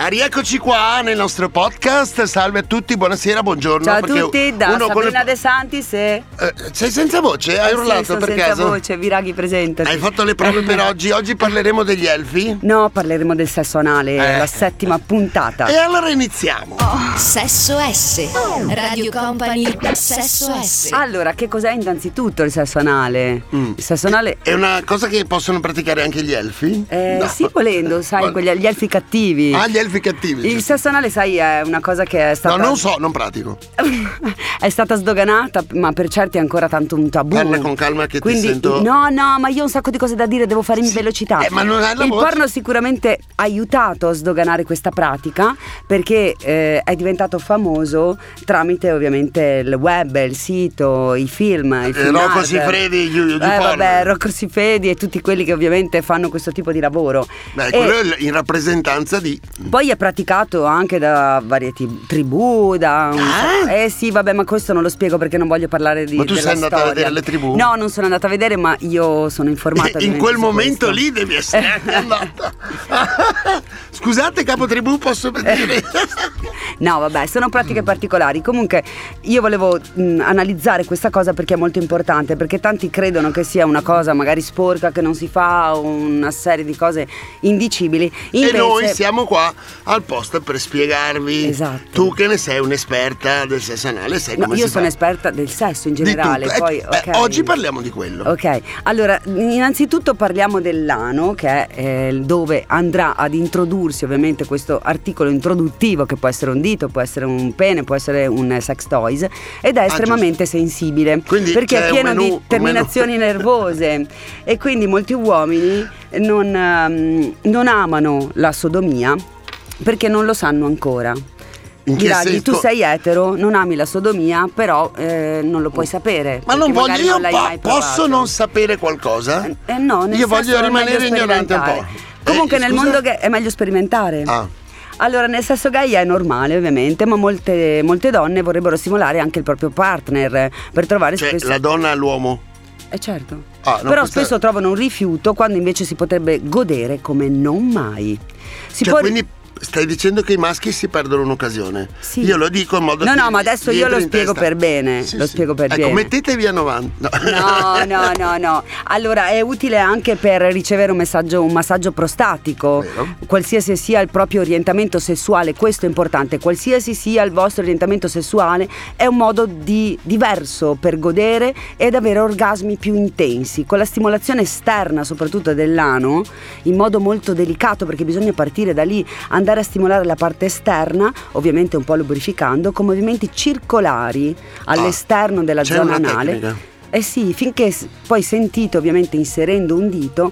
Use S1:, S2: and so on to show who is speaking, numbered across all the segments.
S1: Ah, rieccoci qua nel nostro podcast. Salve a tutti, buonasera, buongiorno.
S2: Ciao a
S1: perché
S2: tutti, da
S1: uno con le-
S2: Sabrina De Santis e...
S1: Eh, sei senza voce? Hai
S2: Eh sì,
S1: urlato
S2: sono
S1: per
S2: senza
S1: caso?
S2: voce, Viraghi presente.
S1: Hai fatto le prove per oggi? Oggi parleremo degli elfi?
S2: No, parleremo del sesso anale,
S1: Eh.
S2: la settima puntata.
S1: E allora iniziamo.
S2: Oh.
S3: Sesso S. Radio Company Sesso S.
S2: Allora, che cos'è innanzitutto il sesso anale?
S1: Mm.
S2: Il sesso anale...
S1: È una cosa che possono praticare anche gli elfi?
S2: Eh,
S1: No.
S2: Sì, volendo, sai,
S1: Guarda.
S2: quegli, gli elfi cattivi.
S1: Ah, gli elfi cattivi.
S2: il
S1: giusto.
S2: sesso anale, sai, è una cosa che è
S1: No,
S2: stata...
S1: non so, non pratico.
S2: è stata sdoganata, ma per certi è ancora tanto un tabù.
S1: Parla con calma che ti
S2: Quindi,
S1: sento-
S2: No, no, ma io ho un sacco di cose da dire, devo fare in
S1: Sì,
S2: velocità.
S1: eh, ma non hai la
S2: Il
S1: voce.
S2: porno sicuramente ha aiutato a sdoganare questa pratica perché eh, è diventato famoso tramite ovviamente il web, il sito, i film, il
S1: Eh,
S2: film
S1: Rocco
S2: art.
S1: Siffredi, di- di
S2: eh,
S1: porno.
S2: vabbè, Rocco Sifredi e tutti quelli che ovviamente fanno questo tipo di lavoro.
S1: Beh,
S2: E-
S1: quello è il- in rappresentanza di.
S2: poi è praticato anche da varie ti- tribù, da un- Eh sì, vabbè, ma questo non lo spiego perché non voglio parlare di
S1: Ah? Ma tu
S2: della
S1: sei andata a
S2: storia.
S1: vedere le tribù?
S2: No, non sono andata a vedere, ma io sono informata
S1: in
S2: ovviamente
S1: quel
S2: su
S1: momento
S2: questo.
S1: lì devi essere anche andata. Scusate, capo tribù, posso
S2: Eh.
S1: vedere?
S2: No, vabbè, sono pratiche particolari. Comunque io volevo mh, analizzare questa cosa perché è molto importante, perché tanti credono che sia una cosa magari sporca che non si fa, o una serie di cose indicibili. Invece
S1: E noi siamo qua al posto per spiegarvi.
S2: Esatto.
S1: Tu che ne sei un'esperta del sesso anale, sai
S2: No,
S1: come
S2: io
S1: si
S2: sono
S1: fa.
S2: esperta del sesso in
S1: Di
S2: generale.
S1: tutto. Eh,
S2: poi,
S1: beh,
S2: ok.
S1: oggi parliamo di quello.
S2: Ok, allora innanzitutto parliamo dell'ano che è eh, dove andrà ad introdursi ovviamente questo articolo introduttivo che può essere un dito, può essere un pene, può essere un eh, sex toys ed è estremamente sensibile
S1: Ah, Quindi
S2: perché
S1: c'è
S2: è
S1: un
S2: pieno
S1: menù- un
S2: di
S1: menù.
S2: terminazioni nervose e quindi molti uomini non, ehm, non amano la sodomia perché non lo sanno ancora.
S1: In che
S2: Diraghi,
S1: senso?
S2: tu sei etero, non ami la sodomia, però eh, non lo puoi
S1: Mm.
S2: sapere.
S1: Ma non
S2: perché
S1: voglio,
S2: magari
S1: io
S2: l'hai
S1: po-
S2: mai
S1: posso
S2: provato.
S1: non sapere qualcosa?
S2: Eh, eh, no, nel
S1: Io
S2: senso
S1: voglio
S2: è
S1: rimanere
S2: meglio
S1: ignorante un po'.
S2: sperimentare. Comunque
S1: Eh,
S2: nel
S1: scusa?
S2: mondo gay è meglio sperimentare.
S1: Ah.
S2: Allora, nel sesso gay è normale ovviamente, ma molte, molte donne vorrebbero simulare anche il proprio partner per trovare
S1: Cioè,
S2: spesso...
S1: la donna all'uomo.
S2: Eh, certo.
S1: Ah, no,
S2: Però
S1: questa-
S2: spesso trovano un rifiuto quando invece si potrebbe godere come non mai. Si
S1: Cioè,
S2: può-
S1: quindi stai dicendo che i maschi si perdono un'occasione.
S2: Sì.
S1: Io lo dico in modo
S2: No,
S1: che
S2: no, ma adesso
S1: gli
S2: io
S1: entri
S2: lo
S1: in
S2: spiego
S1: testa.
S2: per bene, lo spiego per
S1: ecco,
S2: bene.
S1: mettetevi a 90.
S2: No, no, no, no. Allora è utile anche per ricevere un, messaggio- un massaggio prostatico,
S1: Vero.
S2: qualsiasi sia il proprio orientamento sessuale, questo è importante, qualsiasi sia il vostro orientamento sessuale è un modo di- diverso per godere ed avere orgasmi più intensi, con la stimolazione esterna soprattutto dell'ano, in modo molto delicato perché bisogna partire da lì, andare a stimolare la parte esterna, ovviamente un po' lubrificando, con movimenti circolari all'esterno della
S1: c'è
S2: zona
S1: una
S2: anale.
S1: tecnica.
S2: Eh sì, finché s- poi sentite ovviamente inserendo un dito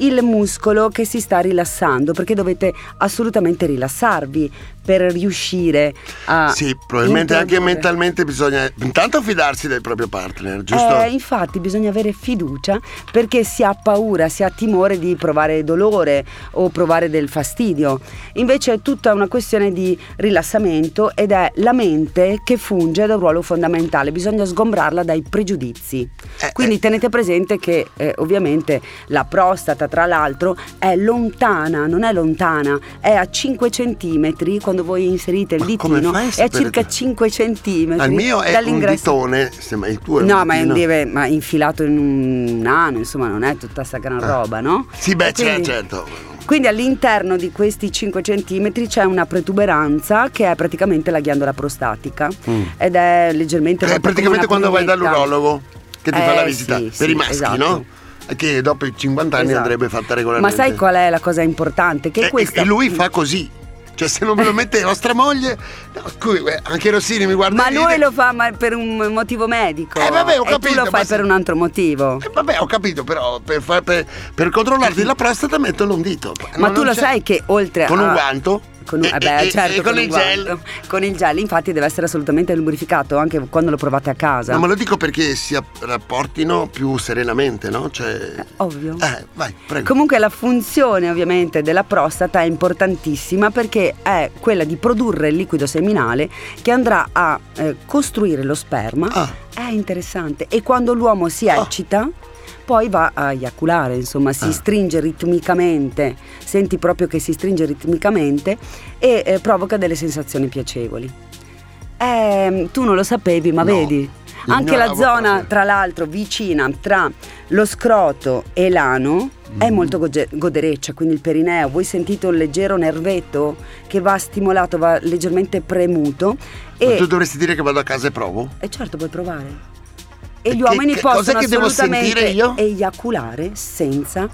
S2: il muscolo che si sta rilassando perché dovete assolutamente rilassarvi per riuscire a...
S1: Sì, probabilmente anche
S2: introdurre.
S1: mentalmente bisogna intanto fidarsi del proprio partner, giusto?
S2: Eh, infatti bisogna avere fiducia perché si ha paura, si ha timore di provare dolore o provare del fastidio. Invece è tutta una questione di rilassamento ed è la mente che funge da un ruolo fondamentale, bisogna sgombrarla dai pregiudizi.
S1: Eh,
S2: Quindi tenete presente che eh, ovviamente la prostata tra l'altro è lontana, non è lontana, è a 5 cm quando voi inserite il
S1: Ma come
S2: ditino,
S1: fai a
S2: è a
S1: sapere
S2: circa
S1: te?
S2: 5 cm.
S1: Al mio è un
S2: diciamo dall'ingresso
S1: ditone, se ma il tuo è un
S2: No, ma è,
S1: ditino.
S2: un deve- ma è infilato in un nano, insomma, non è tutta sta gran roba, no?
S1: Ah. Sì, beh,
S2: E
S1: c'è,
S2: quindi-
S1: certo.
S2: Quindi all'interno di questi 5 centimetri c'è una protuberanza che è praticamente la ghiandola prostatica
S1: Mm.
S2: ed è leggermente...
S1: È
S2: fatta come
S1: praticamente
S2: una
S1: quando vai
S2: pulmetta.
S1: dall'urologo che ti fa
S2: Eh,
S1: la visita
S2: sì,
S1: per
S2: sì,
S1: i maschi,
S2: esatto.
S1: no? Eh, Che dopo i 50 anni
S2: Esatto.
S1: andrebbe fatta regolarmente. Eh,
S2: Ma sai qual è la cosa importante? Che
S1: E-
S2: questa...
S1: E lui fa così. Cioè, se non me lo mette vostra moglie. no, scusi, eh, anche Rossini mi guarda.
S2: Ma
S1: e
S2: lui
S1: ride.
S2: lo fa ma per un motivo medico.
S1: Eh, vabbè, ho
S2: E tu
S1: capito,
S2: lo
S1: ma
S2: fai
S1: se-
S2: per un altro motivo.
S1: Eh, vabbè, ho capito, però per, far- per- per controllarti la prostata mettono un dito.
S2: Ma
S1: Non-
S2: tu
S1: non
S2: lo
S1: c'è-
S2: sai che oltre
S1: Con
S2: a...
S1: un guanto?
S2: Con un,
S1: E-
S2: eh beh,
S1: e- e-
S2: certo,
S1: e con, il gel.
S2: guanto. Con il gel, infatti, deve essere assolutamente lubrificato anche quando lo provate a casa.
S1: No, ma lo dico perché si app- rapportino più serenamente, no? Cioè.
S2: Ovvio.
S1: Eh, vai, prego.
S2: Comunque la funzione ovviamente della prostata è importantissima perché è quella di produrre il liquido seminale che andrà a eh, costruire lo sperma.
S1: Ah.
S2: È interessante. E quando l'uomo si
S1: Ah.
S2: eccita poi va a eiaculare, insomma, si
S1: Ah.
S2: stringe ritmicamente, senti proprio che si stringe ritmicamente e eh, provoca delle sensazioni piacevoli. Ehm, tu non lo sapevi, ma
S1: No.
S2: vedi. Anche la
S1: Ignoravo
S2: zona,
S1: proprio.
S2: tra l'altro, vicina tra lo scroto e l'ano è
S1: Mm.
S2: molto goge- godereccia, quindi il perineo. Voi sentite un leggero nervetto che va stimolato, va leggermente premuto
S1: Ma
S2: e
S1: tu dovresti dire che vado a casa e provo?
S2: e certo puoi provare. E
S1: E che-
S2: gli uomini
S1: che cos'è
S2: possono
S1: che devo
S2: assolutamente
S1: sentire io?
S2: eiaculare senza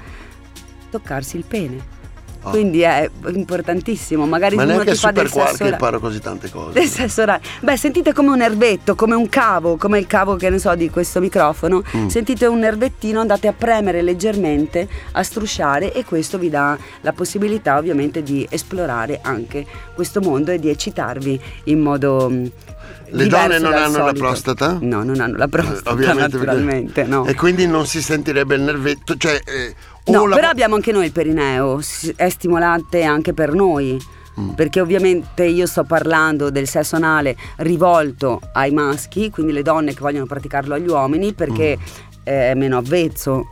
S2: toccarsi il pene.
S1: Ah.
S2: Quindi è importantissimo, magari
S1: Ma
S2: uno
S1: neanche
S2: ti
S1: a
S2: fa del
S1: Super Quark
S2: sesso orale.
S1: imparo così tante cose.
S2: Del sesso orale. Beh, sentite come un nervetto, come un cavo, come il cavo che ne so di questo microfono.
S1: Mm.
S2: Sentite un nervettino, andate a premere leggermente, a strusciare e questo vi dà la possibilità ovviamente di esplorare anche questo mondo e di eccitarvi in modo mm,
S1: Le
S2: diverso
S1: donne non
S2: dal
S1: hanno la
S2: solito.
S1: prostata?
S2: No, non hanno la prostata,
S1: Eh, ovviamente, perché-
S2: naturalmente, no.
S1: E quindi non si sentirebbe il nervetto, cioè... eh, o
S2: No,
S1: la-
S2: però abbiamo anche noi il perineo, s- è stimolante anche per noi.
S1: Mm.
S2: Perché ovviamente io sto parlando del sesso anale rivolto ai maschi, quindi le donne che vogliono praticarlo agli uomini, perché
S1: Mm.
S2: eh, è meno avvezzo.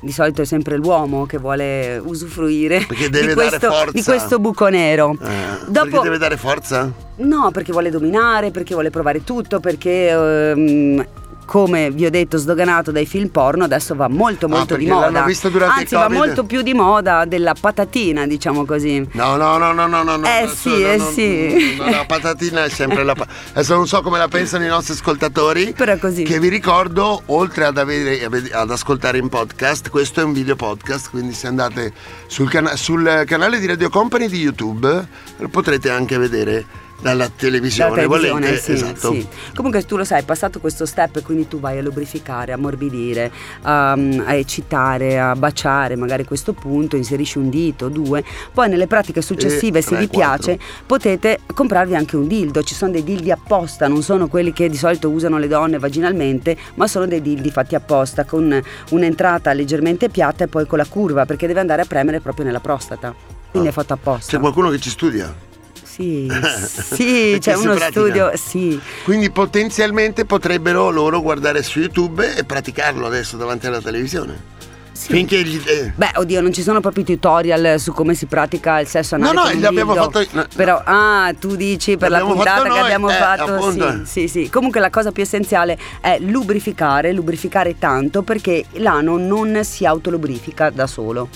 S2: Di solito è sempre l'uomo che vuole usufruire
S1: Perché deve
S2: di,
S1: dare
S2: questo,
S1: forza.
S2: di questo buco nero.
S1: Eh,
S2: Dopo-
S1: Perché deve dare forza?
S2: No, perché vuole dominare, perché vuole provare tutto, perché ehm, come vi ho detto sdoganato dai film porno, adesso va molto
S1: Ah,
S2: molto di
S1: perché l'hanno
S2: moda.
S1: visto durante il
S2: Anzi, va
S1: Covid?
S2: molto più di moda della patatina, diciamo così.
S1: No, no, no, no, no, no. no,
S2: Eh
S1: no,
S2: sì,
S1: no,
S2: eh
S1: no,
S2: sì.
S1: no, la patatina è sempre la pa- Adesso non so come la pensano i nostri ascoltatori.
S2: Però è così.
S1: Che vi ricordo, oltre ad, avere- ad ascoltare in podcast, questo è un video podcast, quindi se andate sul, cana- sul canale di Radio Company di YouTube lo potrete anche vedere dalla televisione.
S2: Dalla televisione,
S1: volete,
S2: sì,
S1: esatto.
S2: sì. Comunque tu lo sai, è passato questo step, quindi tu vai a lubrificare, a morbidire, a, a eccitare, a baciare magari questo punto, inserisci un dito, due. Poi nelle pratiche successive,
S1: E
S2: se
S1: Eh, tre,
S2: vi
S1: quattro.
S2: piace, potete comprarvi anche un dildo. Ci sono dei dildi apposta, non sono quelli che di solito usano le donne vaginalmente, ma sono dei dildi fatti apposta con un'entrata leggermente piatta e poi con la curva, perché deve andare a premere proprio nella prostata. Quindi
S1: Ah.
S2: è fatto apposta.
S1: C'è qualcuno che ci studia.
S2: Sì,
S1: Perché
S2: sì, c'è
S1: si
S2: uno
S1: pratica.
S2: studio, sì.
S1: Quindi potenzialmente potrebbero loro guardare su YouTube e praticarlo adesso davanti alla televisione.
S2: Sì.
S1: Finché gli. eh,
S2: Beh, oddio, non ci sono proprio i tutorial su come si pratica il sesso
S1: No,
S2: anale.
S1: no,
S2: con un
S1: li abbiamo
S2: dildo.
S1: fatto. no,
S2: Però, ah, tu dici per la
S1: L'abbiamo
S2: puntata
S1: fatto
S2: che
S1: noi,
S2: abbiamo
S1: eh,
S2: fatto. Sì,
S1: appunto.
S2: sì, sì. Comunque la cosa più essenziale è lubrificare, lubrificare tanto perché l'ano non si autolubrifica da solo.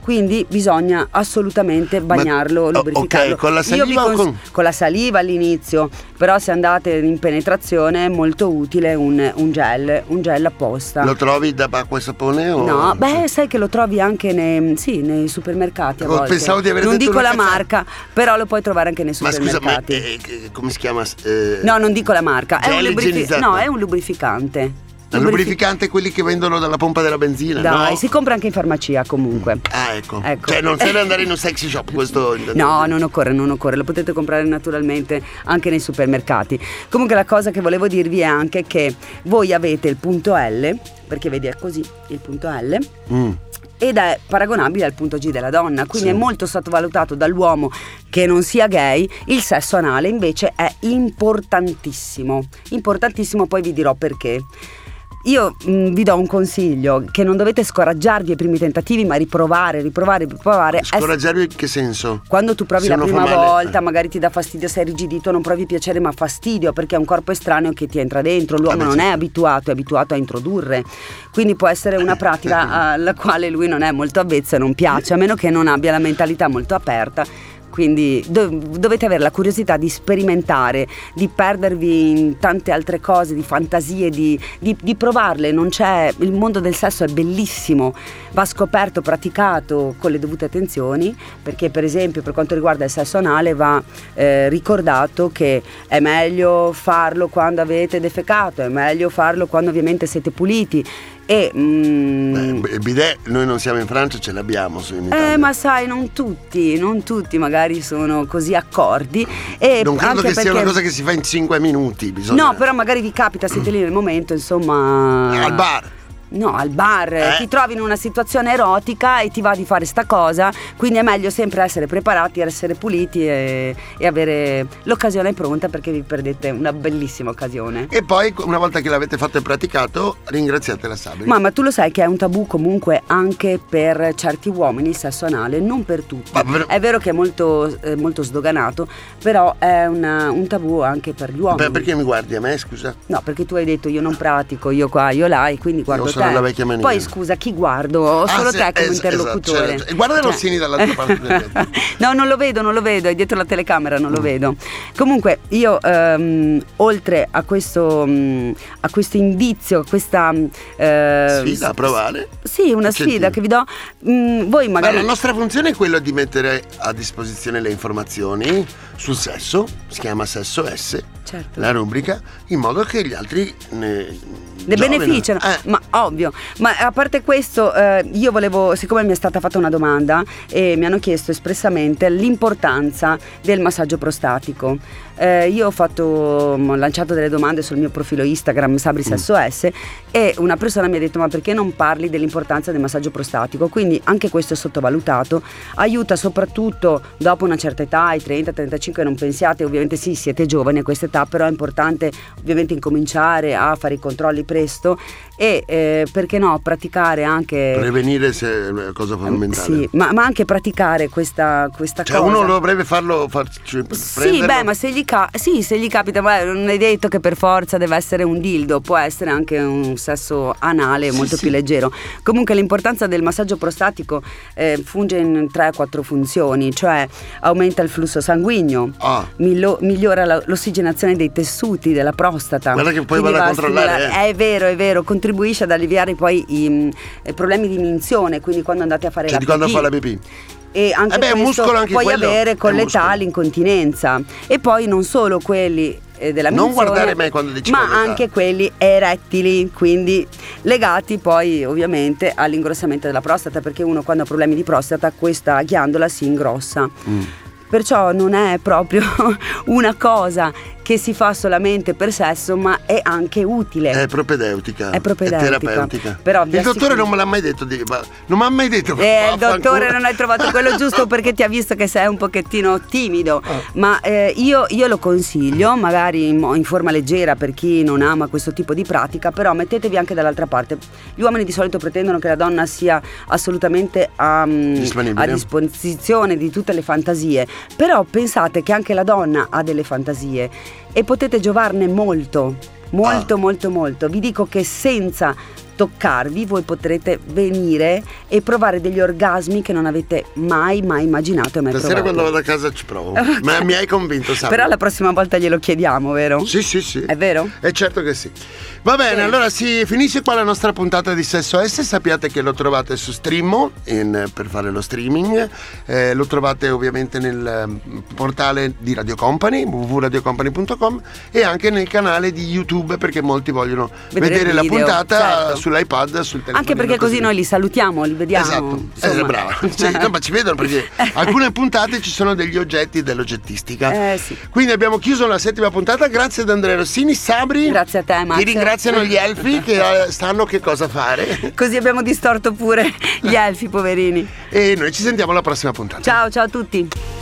S2: Quindi bisogna assolutamente bagnarlo,
S1: oh,
S2: lubrificarlo.
S1: ok, con la
S2: Io
S1: saliva
S2: vi
S1: o con-
S2: con la saliva all'inizio, però se andate in penetrazione è molto utile un, un gel, un gel apposta.
S1: Lo trovi da acqua e sapone? O...
S2: No, beh, sai che lo trovi anche nei, mm, sì, nei supermercati a
S1: Oh,
S2: volte.
S1: pensavo di aver
S2: non
S1: detto
S2: dico
S1: una
S2: la
S1: cazzata.
S2: marca, però lo puoi trovare anche nei
S1: Ma scusa, ma
S2: supermercati.
S1: eh, eh, come si chiama? Eh,
S2: no, non dico la marca, è un,
S1: gel
S2: lubrifi-
S1: igienizzante.
S2: no, è un lubrificante.
S1: È esatto. un lubrificante quelli che vendono dalla pompa della benzina.
S2: Dai,
S1: no?
S2: si compra anche in farmacia comunque.
S1: Ah, ecco.
S2: Ecco.
S1: Cioè, non serve andare in un sexy shop, questo.
S2: No, non occorre, non occorre, lo potete comprare naturalmente anche nei supermercati. Comunque la cosa che volevo dirvi è anche che voi avete il punto L, perché vedi è così il punto L,
S1: Mm.
S2: Eh, ed è paragonabile al punto G della donna, quindi
S1: Sì.
S2: è molto sottovalutato dall'uomo che non sia gay, il sesso anale invece è importantissimo, importantissimo poi vi dirò perché. Io mh, vi do un consiglio, che non dovete scoraggiarvi ai primi tentativi, ma riprovare, riprovare, riprovare. È-
S1: Scoraggiarvi in che senso?
S2: quando tu provi
S1: Se
S2: la
S1: uno fa
S2: prima
S1: male,
S2: volta,
S1: eh.
S2: magari ti dà fastidio, sei rigidito, non provi piacere ma fastidio perché è un corpo estraneo che ti entra dentro, l'uomo
S1: Vabbè,
S2: non è
S1: certo.
S2: abituato, è abituato a introdurre, quindi può essere una pratica eh, alla quale lui non è molto avvezzo e non piace, a meno che non abbia la mentalità molto aperta. Quindi do- dovete avere la curiosità di sperimentare, di perdervi in tante altre cose, di fantasie, di, di- di provarle. Non c'è- il mondo del sesso è bellissimo, va scoperto, praticato con le dovute attenzioni, perché per esempio per quanto riguarda il sesso anale va eh, ricordato che è meglio farlo quando avete defecato, è meglio farlo quando ovviamente siete puliti. E, mm,
S1: Beh, il bidet, noi non siamo in Francia, ce l'abbiamo su in Italia.
S2: eh, ma sai, non tutti, non tutti magari sono così accordi. E
S1: non credo che
S2: anche perché...
S1: sia una cosa che si fa in 5 minuti. Bisogna...
S2: No, però magari vi capita, siete lì nel momento, insomma.
S1: Al bar.
S2: No, al bar,
S1: Eh.
S2: ti trovi in una situazione erotica e ti va di fare sta cosa, quindi è meglio sempre essere preparati, essere puliti e, e avere l'occasione pronta perché vi perdete una bellissima occasione.
S1: E poi, una volta che l'avete fatto e praticato, ringraziate la Sabri.
S2: Ma, ma tu lo sai che è un tabù comunque anche per certi uomini il sesso anale, non per tutti.
S1: Ma per-
S2: È vero che è molto, eh, molto sdoganato, però è una- un tabù anche per gli uomini.
S1: Per- perché mi guardi a me, scusa?
S2: No, perché tu hai detto io non pratico, io qua, io là, e quindi guardo
S1: Io sono
S2: te.
S1: una vecchia mania.
S2: Poi scusa, chi guardo? Ho solo
S1: sì,
S2: te come
S1: es- esatto, c'è
S2: interlocutore.
S1: ragione. E guarda
S2: Cioè-
S1: Rossini dall'altra parte del Mm. vetro.
S2: No, non lo vedo, non lo vedo, è dietro la telecamera, non lo vedo. Comunque, io ehm, oltre a questo, mm, a questo indizio, a questa mm, eh,
S1: Sfida a provare.
S2: Sì, una sfida
S1: Incentivo.
S2: che vi do. Mm, voi
S1: Ma
S2: magari.
S1: la nostra funzione è quella di mettere a disposizione le informazioni sul sesso, si chiama Sesso S,
S2: Certo.
S1: la rubrica, in modo che gli altri ne,
S2: Ne
S1: giovino.
S2: beneficiano,
S1: Eh,
S2: ma ovvio. Ma a parte questo, eh, io volevo, siccome mi è stata fatta una domanda e mi hanno chiesto espressamente l'importanza del massaggio prostatico. Eh, io ho, fatto, mm, ho lanciato delle domande sul mio profilo Instagram Sabri
S1: Mm.
S2: Sesso S e una persona mi ha detto ma perché non parli dell'importanza del massaggio prostatico? Quindi anche questo è sottovalutato, aiuta soprattutto dopo una certa età, ai 30-35 non pensiate, ovviamente sì siete giovani a questa età, però è importante ovviamente incominciare a fare i controlli presto e eh, perché no praticare anche...
S1: prevenire se, è cosa fondamentale.
S2: Sì, ma, ma anche praticare questa, questa
S1: Cioè
S2: cosa.
S1: uno dovrebbe farlo farci
S2: Sì,
S1: prenderlo.
S2: beh, ma se gli, ca- sì, se gli capita, ma non è detto che per forza deve essere un dildo, può essere anche un sesso anale
S1: Sì,
S2: molto
S1: sì.
S2: più leggero. Comunque l'importanza del massaggio prostatico eh, funge in 3-4 funzioni, cioè aumenta il flusso sanguigno,
S1: Ah,
S2: Milo- migliora la- l'ossigenazione dei tessuti della prostata.
S1: Guarda che poi
S2: Quindi
S1: vado a
S2: va
S1: controllare, eh.
S2: stimolare- È vero, è vero, contribuisce ad alleviare poi i mm, problemi di minzione, quindi quando andate a fare
S1: cioè
S2: la
S1: di quando
S2: pipì.
S1: fa la pipì.
S2: E anche
S1: Eh beh, è
S2: questo
S1: muscolo anche
S2: puoi
S1: quello,
S2: avere con
S1: è
S2: l'età
S1: muscolo.
S2: l'incontinenza. E poi non solo quelli eh, della
S1: Non
S2: minzione,
S1: guardare me quando dici
S2: ma
S1: quell'età.
S2: anche quelli erettili, quindi legati poi ovviamente all'ingrossamento della prostata, perché uno quando ha problemi di prostata questa ghiandola si ingrossa.
S1: Mm.
S2: Perciò non è proprio una cosa che si fa solamente per sesso, ma è anche utile.
S1: È propedeutica.
S2: È propedeutica.
S1: terapeutica.
S2: Però vi
S1: il dottore
S2: assicuro-
S1: non me l'ha mai detto. di- ma- non mi ha mai detto.
S2: Eh, il
S1: Vaffanculo.
S2: dottore non hai trovato quello giusto perché ti ha visto che sei un pochettino timido.
S1: Ah.
S2: Ma eh, io, io lo consiglio, magari in, mo- in forma leggera per chi non ama questo tipo di pratica, però mettetevi anche dall'altra parte. Gli uomini di solito pretendono che la donna sia assolutamente a, mm,
S1: Disponibile.
S2: a disposizione di tutte le fantasie, però pensate che anche la donna ha delle fantasie e potete giovarne molto, molto,
S1: Ah.
S2: molto, molto. Vi dico che senza toccarvi voi potrete venire e provare degli orgasmi che non avete mai, mai immaginato e mai
S1: Stasera
S2: provato.
S1: quando vado a casa ci provo.
S2: Ok.
S1: Ma mi hai convinto, Sara.
S2: Però la prossima volta glielo chiediamo, vero?
S1: Sì, sì, sì.
S2: È vero?
S1: È certo che sì. Va bene,
S2: Bene.
S1: allora si finisce qua la nostra puntata di Sesso S. Sappiate che lo trovate su Streamo in- per fare lo streaming. Eh, lo trovate ovviamente nel mm, portale di Radio Company, www.radiocompany.com e anche nel canale di YouTube perché molti vogliono
S2: Vedere
S1: vedere,
S2: il
S1: la
S2: video,
S1: puntata
S2: certo.
S1: sull'iPad, sul telefono.
S2: Anche perché così noi li salutiamo, li vediamo.
S1: Esatto,
S2: insomma.
S1: Eh, brava. Sì, no, ma ci vedono perché alcune puntate ci sono degli oggetti dell'oggettistica.
S2: Eh sì.
S1: Quindi abbiamo chiuso la settima puntata, grazie ad Andrea Rossini, Sabri.
S2: Grazie a te, Max.
S1: Ti ringraziano gli elfi che eh, sanno che cosa fare.
S2: Così abbiamo distorto pure gli elfi, poverini.
S1: E noi ci sentiamo alla prossima puntata.
S2: Ciao, ciao a tutti.